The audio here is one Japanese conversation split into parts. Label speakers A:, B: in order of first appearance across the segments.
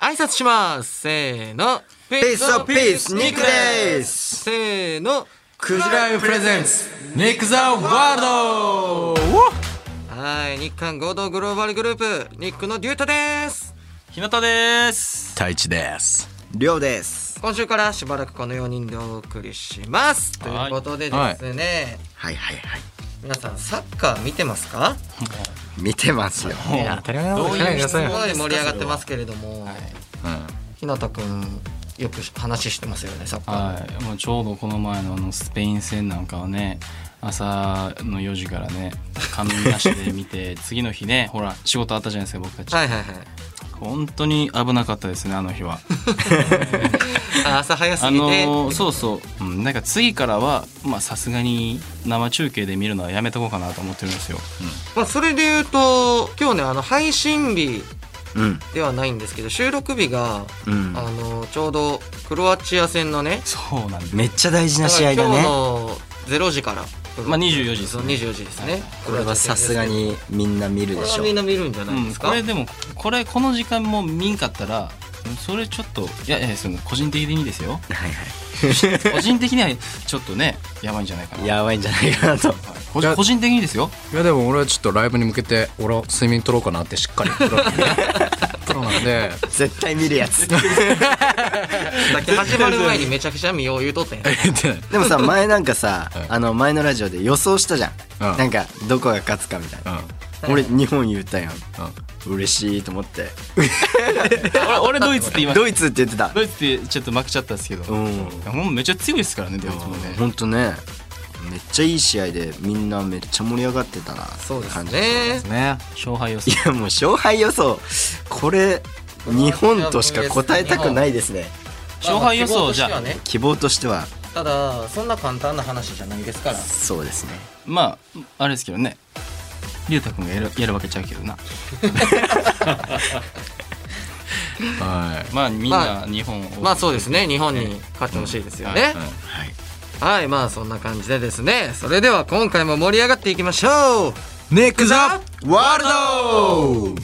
A: 挨拶しますせーのピ
B: ースオブピースニックです
A: せーの
B: クジライブプレゼンツニック・ザ・ワールド
A: はい日韓合同グローバルグループニックのデュータです
C: 日向です
D: 太一です
B: りょうです
A: 今週からしばらくこの4人でお送りしますということでですね、
B: はいはいはい
A: 皆さんサッカー見てますか
B: 見てますよ
D: 当たり前
C: ことじゃないです
A: す
C: か
A: ご
C: はい
A: い盛り上がってますけれども、ひなたくんよく話してますよねサッカー、
C: はいもうちょうどこの前のあのスペイン戦なんかはね朝の4時からね仮眠なしで見 て次の日ねほら仕事あったじゃないですか僕たち、
A: はいはいはい
C: 本当に危なかった ですねあの日は
A: あ朝早す
C: あ
A: ぎて、
C: のそうそう、うん、なんか次からはまあさすがに生中継で見るのはやめとこうかなと思ってるんですよ、
A: まあ、それで言うと今日ねあの配信日
B: うん
A: ではないんですけど収録日が、
B: うん
A: あのちょうどクロアチア戦のね
C: そうなんです
D: めっちゃ大事な試合だ
A: 今日
D: ね
A: の0時から、
C: まあ24時です
A: そ
C: ね
A: う24時ですね、
B: これはさすがにみんな見る
A: こ
B: で
A: れ
B: し
A: は
B: ょ
A: みんな見るんじゃないで
C: うん、
A: すか、
C: これでもこれこの時間も見んかったらそれちょっといやいやその個人的でいいですよ
B: はい
C: 個人的にはちょっとねやばいんじゃないか
B: は
C: ない
B: やばいんじゃないかなと
C: 個人個人的にですよ
E: いやでも俺はちょっとライブに向けて俺は睡眠取ろうかなってしっかりプロ プロなんで
B: 絶対見るや
A: さ
B: つ
A: っき始まる前にめちゃくちゃ見よう言うとったんや
E: 言ってない
B: でもさ前なんかさあの前のラジオで予想したじゃん
E: うん
B: なんかどこが勝つかみたいな俺日本言ったやん嬉しいと思って
C: 俺俺ドイツって今
B: ドイツって言ってた
C: ドイツってちょっと負けちゃったんですけど、
B: う
C: い
B: ん
C: やもうめっちゃ強いですからねドイツもね
B: ほんとねめっちゃいい試合でみんなめっちゃ盛り上がってたな
A: そうです
B: 感じ
A: ね
E: ね
C: 勝敗予想
B: いやもう勝敗予想これ日本としか答えたくないですね
C: 勝敗予想じゃあ
A: まあま希望としてはね
B: 希望としては
A: ただそんな簡単な話じゃないですから
B: そうですね
C: まああれですけどね龍太君がやるやるわけちゃうけどな
E: はい
C: まあみん
A: ま
C: な日本を、
A: まあそうですね日本に勝ってほしいですよね、
C: はい
B: はい
A: はい、まあそんな感じでですね、それでは今回も盛り上がっていきましょう
E: ネクザ
B: ワールド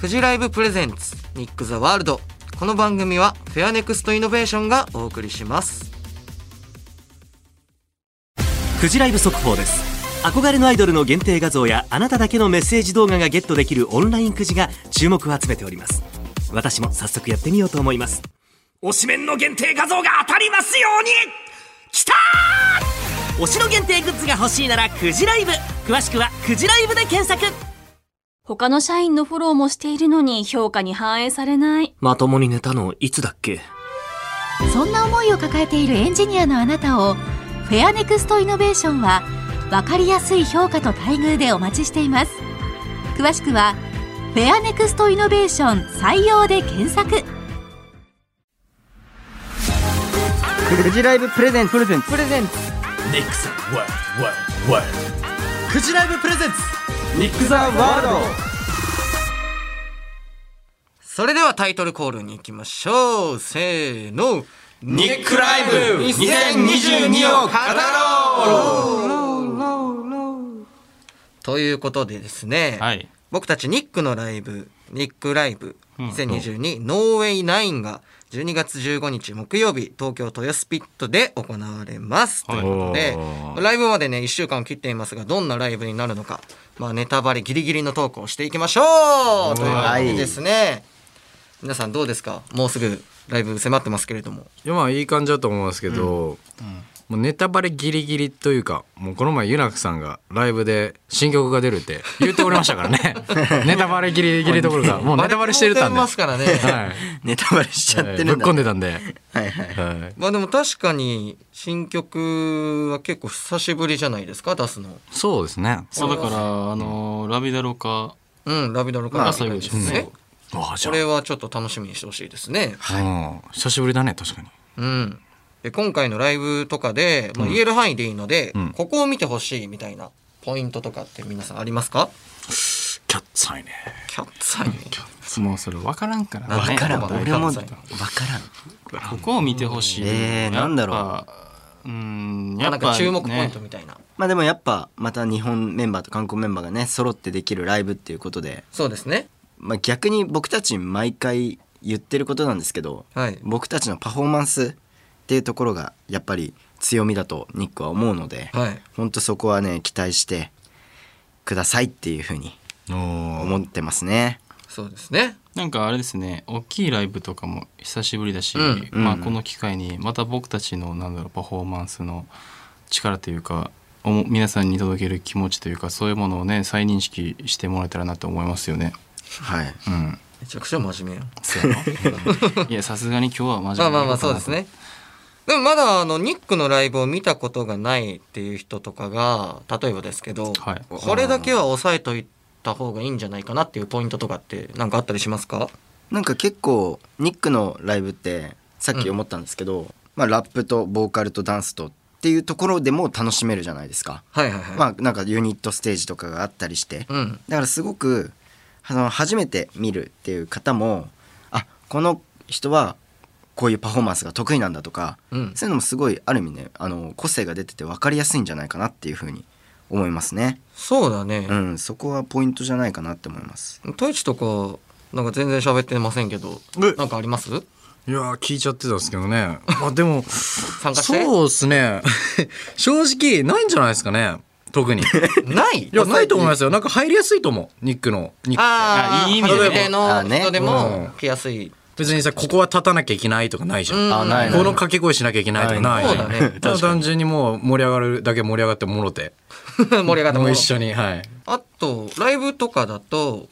A: くじライブプレゼンツ、ニック・ザ・ワールド。この番組は、フェアネクストイノベーションがお送りします。
F: フジライブ速報です憧れのアイドルの限定画像やあなただけのメッセージ動画がゲットできるオンラインくじが注目を集めております私も早速やってみようと思います推しメンの限定画像が当たりますようにきたー推しの限定グッズが欲しいならくじライブ詳しくはくじライブで検索
G: 他の社員のフォローもしているのに評価に反映されない。
F: まともに寝たのいつだっけ
H: そんな思いを抱えているエンジニアのあなたをフェアネクストイノベーションは分かりやすい評価と待遇でお待ちしています詳しくはフェアネクストイノベーション採用で検索
B: くじライブプレゼンプレゼン
D: ネクザワールドワールドワール
B: くじライブプレゼンツニック・ザ・ワール
A: それではタイトルコールに行きましょう。せーの。
B: ニックライブ
A: 2022を語
B: ろう
A: ということでですね、
C: はい
A: 僕たちニックのライブ、ニックライブ2022、ノーウェイナインが12月15日木曜日、東京豊洲ピットで行われます。
C: はい
A: ということで、ライブまでね、1週間を切っていますが、どんなライブになるのか、まあ、ネタバレギリギリのトークをしていきましょうということでですね、皆さんどうですかもうすぐライブ迫ってますけれども。
E: いやまあいい感じだと思うんですけど、もうネタバレギリギリというかもうこの前ユナクさんがライブで新曲が出るって言っておりましたから ねネタバレギリギリどころかもうネタバレしてるたんで、
A: バレてま
E: は
A: すからね。
E: い、
B: ネタバレしちゃっ
E: え
B: て
E: ーぶ
B: る
E: っ
B: んだ
E: 込んでたんで、
B: はいはい
E: はい、
A: まあでも確かに新曲は結構久しぶりじゃないですか出すの。
E: そうですね
C: そうだからあのーラビダロか
A: うん、ラビダロカ
C: ま
A: ラ
C: あ
A: ーです
C: そういう
A: ね
C: こ。
E: あじ
A: こ
E: ゃ
A: れはちょっと楽しみにしてほしいですね。
E: あ、うん久しぶりだね確かに
A: うん。で、今回のライブとかで、まあ、言える範囲でいいので、ここを見てほしいみたいなポイントとかって皆さんありますか
E: キャッツァイね
A: キャッツアイね。
C: もうそれ分からんからね
A: 分
B: わからん
A: ね
B: 俺もわ
A: わ
B: か
A: から
C: んここを見てほしい
B: えーなんだろう
C: やっぱうん
A: ま
C: や
A: あ
C: っ
A: な
C: ぱ、
A: ん
C: ね、
A: か注目ポイントみたいな。
B: まあでもやっぱまた日本メンバーと韓国メンバーがね揃ってできるライブっていうことで
A: そうですね。
B: まあ、逆に僕たち毎回言ってることなんですけど、
A: はい
B: 僕たちのパフォーマンスっていうところがやっぱり強みだとニックは思うので、
A: はい
B: 本当そこはね期待してくださいっていうふうに思ってますね。
A: そうですね
C: なんかあれですね大きいライブとかも久しぶりだし、
A: うん
C: まあ、
B: うん
C: この機会にまた僕たちのなんだろうパフォーマンスの力というかおも皆さんに届ける気持ちというかそういうものをね再認識してもらえたらなと思いますよね。
B: はい、
C: うん、
A: めちゃくちゃ真面目よ
C: そうやろうんいやさすがに今日は真面目に
A: まあまあまあ
C: 行こ
A: そう
C: かな
A: う
C: と
A: ですね。でもまだあのニックのライブを見たことがないっていう人とかが例えばですけど、
C: はい
A: これだけは抑えといた方がいいんじゃないかなっていうポイントとかってなんかあったりしますか？
B: なんか結構ニックのライブってさっき思ったんですけど、まあ、ラップとボーカルとダンスとっていうところでも楽しめるじゃないですか。
A: はいはいはい。
B: まあ、なんかユニットステージとかがあったりして、
A: うん
B: だからすごくあの初めて見るっていう方もあこの人はこういうパフォーマンスが得意なんだとか、
A: うん
B: そういうのもすごいある意味ねあの個性が出てて分かりやすいんじゃないかなっていうふうに思いますね。
A: そうだね
B: う。ん、そこはポイントじゃないかなって思います。
A: トイチとかなんか全然喋ってませんけど、
E: え
A: なんかあります？
E: いやー聞いちゃってたんですけどね。まあでも
A: 参加して
E: そうですね。 正直ないんじゃないですかね。特に。い
A: ない？
E: やないと思いますよ。なんか入りやすいと思う。ニックのニック。
A: ああ、
C: いやいい意味でね
A: 初めて
B: あ
A: の
B: ーね
A: 人で
E: う
A: も
E: ん
A: 来やすい。
E: 別にさここは立たなきゃいけないとかないじゃん。
A: うん
B: あないない
E: この掛け声しなきゃいけないとかないじゃん。
A: そうだね
E: ただ単純にもう盛り上がるだけ盛り上がってもろて。
A: 盛り上がって
E: も
A: も
E: う一緒にはい。
A: あとライブとかだと、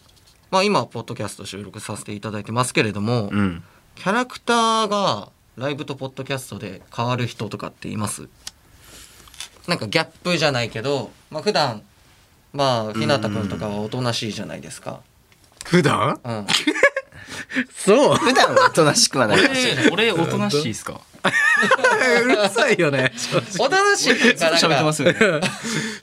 A: まあ、今ポッドキャスト収録させていただいてますけれども、
B: うん、
A: キャラクターがライブとポッドキャストで変わる人とかっていますなんかギャップじゃないけど、まあ普段まあひなたくんとかはおとなしいじゃないですか。
E: 普段？
A: うん、い
E: そう。
B: 普段はおとなしくはないかもしれない。
C: 俺おとなしいですか
E: うるさいよね。正直
A: おとなしいっていう かなんか
C: 喋ってますよね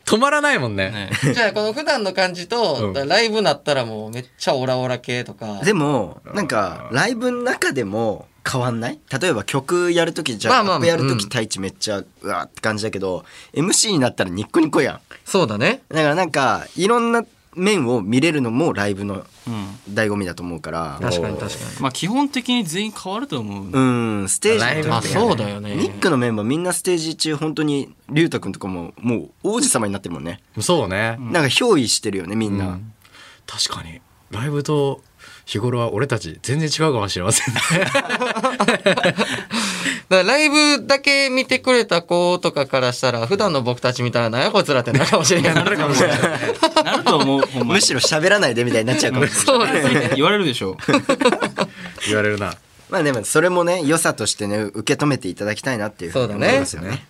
E: 止まらないもんね。
C: ね
A: じゃあこの普段の感じと、
E: うん
A: ライブなったらもうめっちゃオラオラ系とか
B: でもなんかライブの中でも変わんない例えば曲やる時じ
A: ま
B: ゃ
A: あ
B: あ
A: まあ
B: ラップやる
A: うん
B: 時太一めっちゃうわーって感じだけど MC になったらニッコニコやん
A: そうだね
B: だからなんかいろんな面を見れるのもライブの
C: うん
B: 醍醐味だと思うから
A: 確かに確かに
C: まあ基本的に全員変わると思う、
B: うんステージ
E: ライ
A: ま
E: ブ
B: の
A: あ
B: 時
A: そうだよね
B: ニックのメンバーみんなステージ中本当に龍太くんとかももう王子様になってるもんね、
E: そうね。
B: なんか憑依してるよねみんな、
E: うん確かにライブと日頃は俺たち全然違うかもしれませんね
A: だからライブだけ見てくれた子とかからしたら普段の僕たち見たらなんやこいつらってなるかもしれない
C: なると思うほん
B: む
C: まに
B: しろ喋らないでみたいになっちゃうかもしれない
A: そうですね
C: 言われるでしょ
E: 言われるな
B: まあでもそれもね良さとしてね受け止めていただきたいなっていうふうに思いますよね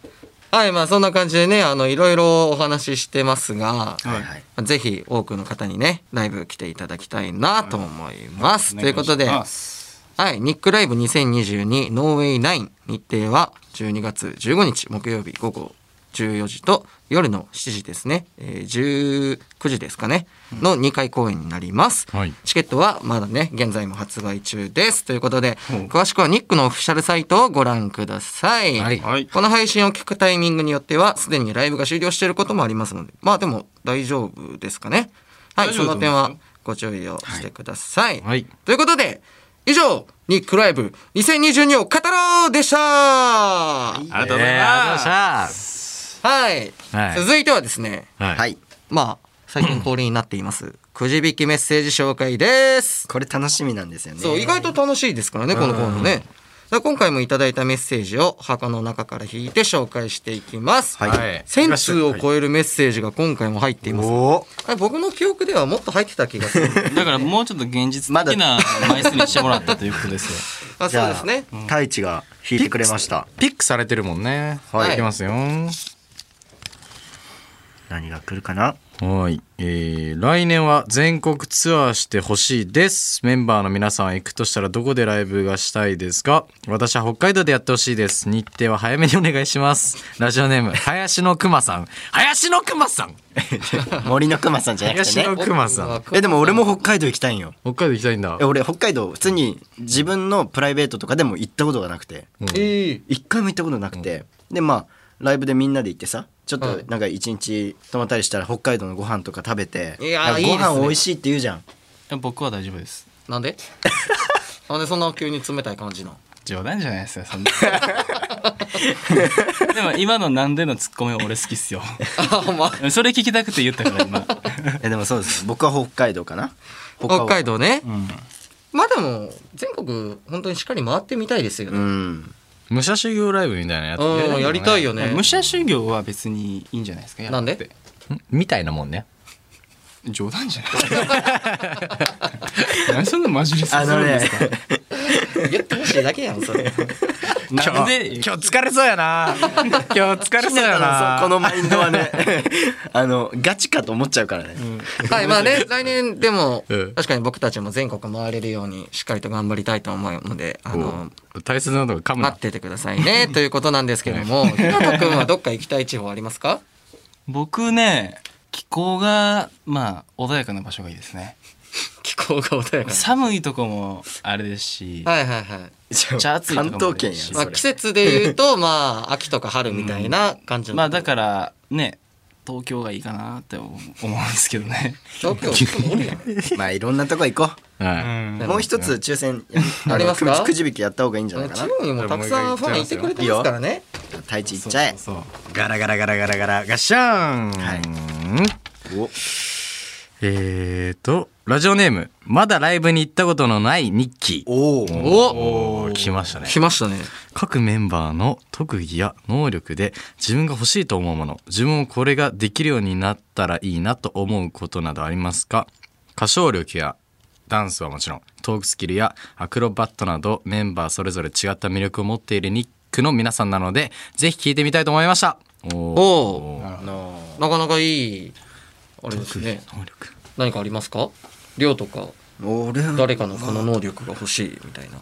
A: はいまあそんな感じでねあのいろいろお話ししてますが、
B: はいはい
A: ぜひ多くの方にねライブ来ていただきたいなと思います、ということで
C: お願します
A: はい、ニックライブ2022ノーウェイナイン日程は12月15日木曜日午後14時と夜の7時ですね、えー19時ですかねの2回公演になります、
E: はい
A: チケットはまだね現在も発売中ですということで、詳しくはニックのオフィシャルサイトをご覧ください、
E: はい
C: はい
A: この配信を聞くタイミングによってはすでにライブが終了していることもありますのでまあでも大丈夫ですかねはい
C: 大
A: そ
C: 丈夫だ
A: の
C: と思いますよ
A: 点はご注意をしてください。
E: はい
A: ということで以上「ニックライブ2022を語ろう!」でしたはい、
C: ありがとうございます、
E: はい
A: 続いてはですね
E: はい、
B: はい
A: まあ最近恒例になっていますくじ引きメッセージ紹介です。
B: これ楽しみなんですよね
A: そう意外と楽しいですからねこのコーナーね。だから今回もいただいたメッセージを箱の中から引いて紹介していきます。
B: はい
A: 1000通を超えるメッセージが今回も入っています。
B: お
A: はい僕の記憶ではもっと入ってた気がする。
C: だからもうちょっと現実的な枚数にしてもらったということですよ
A: あ
B: じ
A: そう
B: ゃ
A: で
B: あ
A: すね。
B: 太一が弾いてくれました
E: ピックされてるもんね
A: はい
E: いきますよ
B: 何が来るかな
E: はい、えー来年は全国ツアーしてほしいですメンバーの皆さんは行くとしたらどこでライブがしたいですか私は北海道でやってほしいです日程は早めにお願いします ラジオネーム林のくまさん林のく まさん
B: 森の熊さんじゃなくて
E: 林
B: ね
E: のくまさん
A: 僕は
B: えでも俺も北海道行きたいんよ
E: 北海道行きたいんだ
B: え俺北海道普通に自分のプライベートとかでも行ったことがなくて
A: え
B: 一回も行ったことなくてでまあライブでみんなで行ってさちょっとなんか一日泊まったりしたら北海道のご飯とか食べて
A: いやー
B: なんか
A: いいですね
B: ご飯美味しいって言うじゃん
C: や僕は大丈夫です
A: なんでなんでそんな急に冷たい感じの
C: 冗談じゃないですよ そんなでも今のなんでのツッコミは俺好きっすよ
A: あほんま
C: それ聞きたくて言ったから今
B: えでもそうです僕は北海道かな
A: 北海道ね、
C: ん
A: まあでも全国本当にしっかり回ってみたいですよ
B: う
A: ね、
B: ん
E: 武者修行ライブみたいなやつ
A: うん、やりたい
E: よ
A: よね
C: 武者修行は別にいいんじゃないですかやらくて
E: みたいなもんね
C: 冗談じゃない 何そんなマジレス
B: あ
C: す
B: の
C: るんです
B: ね
C: か、
A: 言ってほしいだけやんそれ
C: なんで
E: 今日疲れそうや な今日疲れそうやな
B: このマインドはねあのガチかと思っちゃうからね、
A: はいまあね来年でも
E: うん
A: 確かに僕たちも全国回れるようにしっかりと頑張りたいと思うのであの
E: お大切なのが噛む
A: 待
E: な
A: っててくださいねということなんですけど もひなとくんはどっか行きたい地方ありますか
C: 僕ね気候がまあ穏やかな場所がいいですね
A: 気候が穏やか
C: 寒いとこもあれですし
A: なはいはいはい
C: めっちゃ暑いとこ
B: 関
C: も
B: 東圏や
C: そ
A: まあ、季節で言う とまあ秋とか春みたいな感じの、
C: まあだからね東京がいいかなって思うんですけどね
A: 東京おるやん
B: まあいろんなとこ行こ
E: は
B: うもう一つ抽選
A: ありますか
B: のくじくじ引きやった方がいいんじゃないか
A: 地
B: な
A: 方にもたくさんファンいてくれてますからね
B: 太一いっちゃえ
E: いガラガラガラガラガラガッシャーン
B: はいお
E: えーとラジオネームまだライブに行ったことのないニッキー
B: おー
E: おー来ましたね
A: 来ましたね
E: 各メンバーの特技や能力で自分が欲しいと思うもの自分もこれができるようになったらいいなと思うことなどありますか歌唱力やダンスはもちろんトークスキルやアクロバットなどメンバーそれぞれ違った魅力を持っているニックの皆さんなのでぜひ聞いてみたいと思いましたおー
A: お
E: ー
A: なかなかいいあれですね
E: 能力
A: 何かありますか量とか
B: 俺は
A: 誰かのこの能力が欲しいみたいな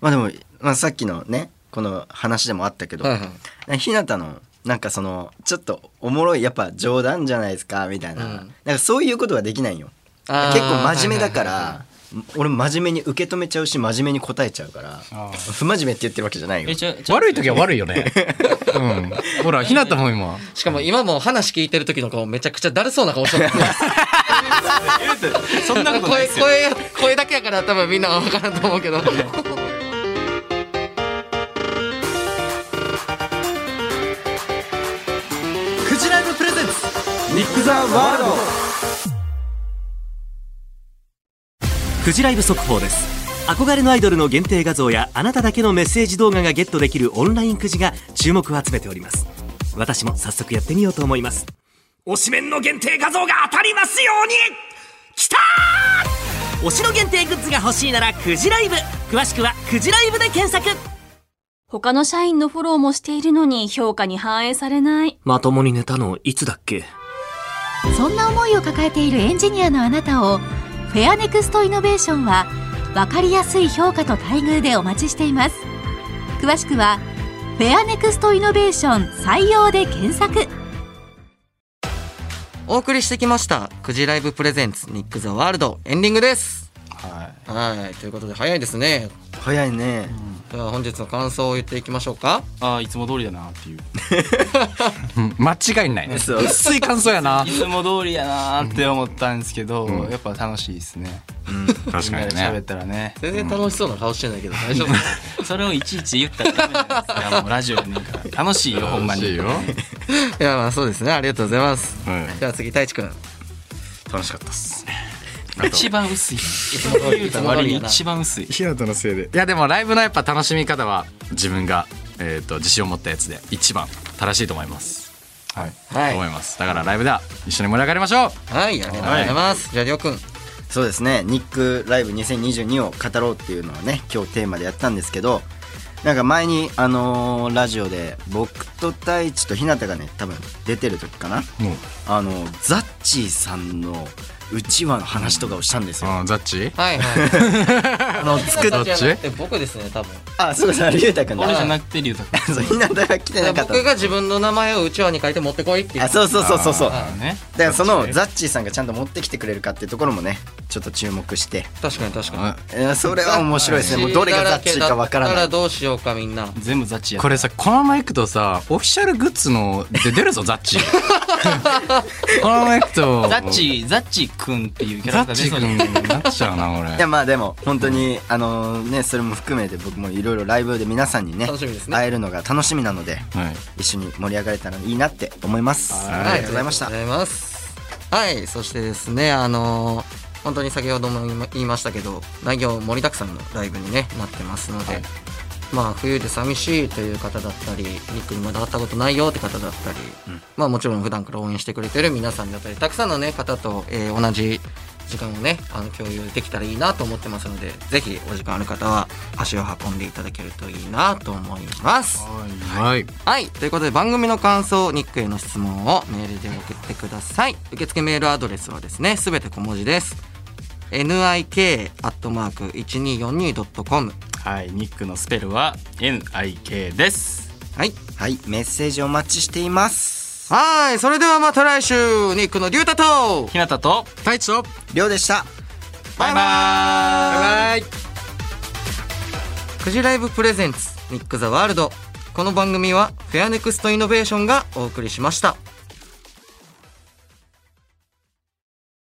B: まあでも、まあ、さっきのねこの話でもあったけど、
A: はいはい
B: ひなたのなんかそのちょっとおもろいやっぱ冗談じゃないですかみたいな,、
A: うん
B: なんかそういうことができないよ
A: あー
B: 結構真面目だから、
A: はいはいは
B: 俺真面目に受け止めちゃうし真面目に答えちゃうから不真面目って言ってるわけじゃないよ
C: えちょちょ
E: 悪い時は悪いよねうんほらひなたも今
A: しかも今も話聞いてる時の顔めちゃくちゃだるそうな顔して る
C: そんなことな
A: 声
C: いですよ
A: 声声だけやから多分みんなは分からんと思うけど
B: クジライブプレゼンツニック・ザ・ワールド
F: フジライブ速報です憧れのアイドルの限定画像やあなただけのメッセージ動画がゲットできるオンラインくじが注目を集めております私も早速やってみようと思います推しメンの限定画像が当たりますようにきたー推しの限定グッズが欲しいならくじライブ詳しくはくじライブで検索
G: 他の社員のフォローもしているのに評価に反映されない。
F: まともに寝たのいつだっけ
H: そんな思いを抱えているエンジニアのあなたをフェアネクストイノベーションは分かりやすい評価と待遇でお待ちしています詳しくはフェアネクストイノベーション採用で検索
A: お送りしてきました「くじライブプレゼンツニック・ザ・ワールド」エンディングです
C: は
A: はいということで早いですね
B: 早いね
A: では本日の感想を言っていきましょうか
C: いああいつも通りだなっていう
E: うん間違いない薄
B: そう
E: い感想やない
C: つも通りやなーって思ったんですけど、やっぱ楽しいですね
E: 確かに
C: みんなで喋
E: ね
C: ったらね
A: 全然楽しそうな顔してないけど大丈夫
C: それをいちいち言ったらダメなん ですからもうラジオやねんから楽しいよほんま
E: 楽し
C: に
E: いよ
A: いやまあそうですねありがとうございます、
E: はい
A: じゃあ次太一くん
E: 楽しかったっす
C: 一番薄い言うた割に一番薄い
E: ひなたのせいでいやでもライブのやっぱ楽しみ方は自分が、えー、と自信を持ったやつで一番正しいと思いますはい、
A: はい
E: 思いますだからライブでは一緒に盛り上がりましょう
A: はいありがとうございます、じゃありょうくん
B: そうですね「ニックライブ2022」を語ろうっていうのをね今日テーマでやったんですけどなんか前にあのーラジオで僕と太一と日向がね多分出てる時かな
E: もう
B: あのザッチーさんのうちわの話とかをしたんですよ。
E: あーザッチ
A: はいはい
B: あの作っ
A: どっちじゃなくて僕ですね多分
B: あそうそう龍太君
C: 俺じゃ
B: だ。
C: なくて龍太君
B: そう日向が来てなかった
A: 僕。が自分の名前をうちわに書いて持ってこいっていう
B: あそうそうそうそうそう。だ
C: あのね
B: からそのザッチーさんがちゃんと持ってきてくれるかっていうところもねちょっと注目して、
A: 確かに確か
E: あ
B: えーそれは面白いです
A: に
B: ね。もうどれがザッチーかわから
A: だ
B: な
A: ら
B: い。
A: どうしようかみんな
C: 全部ザッチ や
E: これさこのままいくとさオフィシャルグッズので出るぞザッチこの人
C: ザッチザッチくんっていうキャラ
E: ザ
C: クター出
E: ッチ
C: そう
E: 君
C: で
E: になっちゃうな俺
B: いやまあでも本当にあのねそれも含めて僕もいろいろライブで皆さんにね
A: 楽しみですね
B: 会えるのが楽しみなので
E: はい
B: 一緒に盛り上がれたらいいなって思いますありがとうございました
A: ありがとうございますはいそしてですねあのー本当に先ほども言いま言いましたけど内容盛りだくさんのライブに、ね、なってますので、まあ冬で寂しいという方だったりニックにまだ会ったことないよって方だったり、まあもちろん普段から応援してくれてる皆さんだったりたくさんの、ね、方と、えー同じ時間をねあの共有できたらいいなと思ってますのでぜひお時間ある方は足を運んでいただけるといいなと思います。
E: はい
A: はい、ということで番組の感想ニックへの質問をメールで送ってください受付メールアドレスはですねすべて小文字です nik.1242.com
C: はいニックのスペルは NIK です
A: はい
B: はいメッセージお待ちしています
A: はいそれではまた来週ニックのりゅうたと
C: ひなたと
E: 太一と
B: りょうでした
A: バイバイフジライブプレゼンツニック・ザ・ワールドこの番組はフェアネクストイノベーションがお送りしました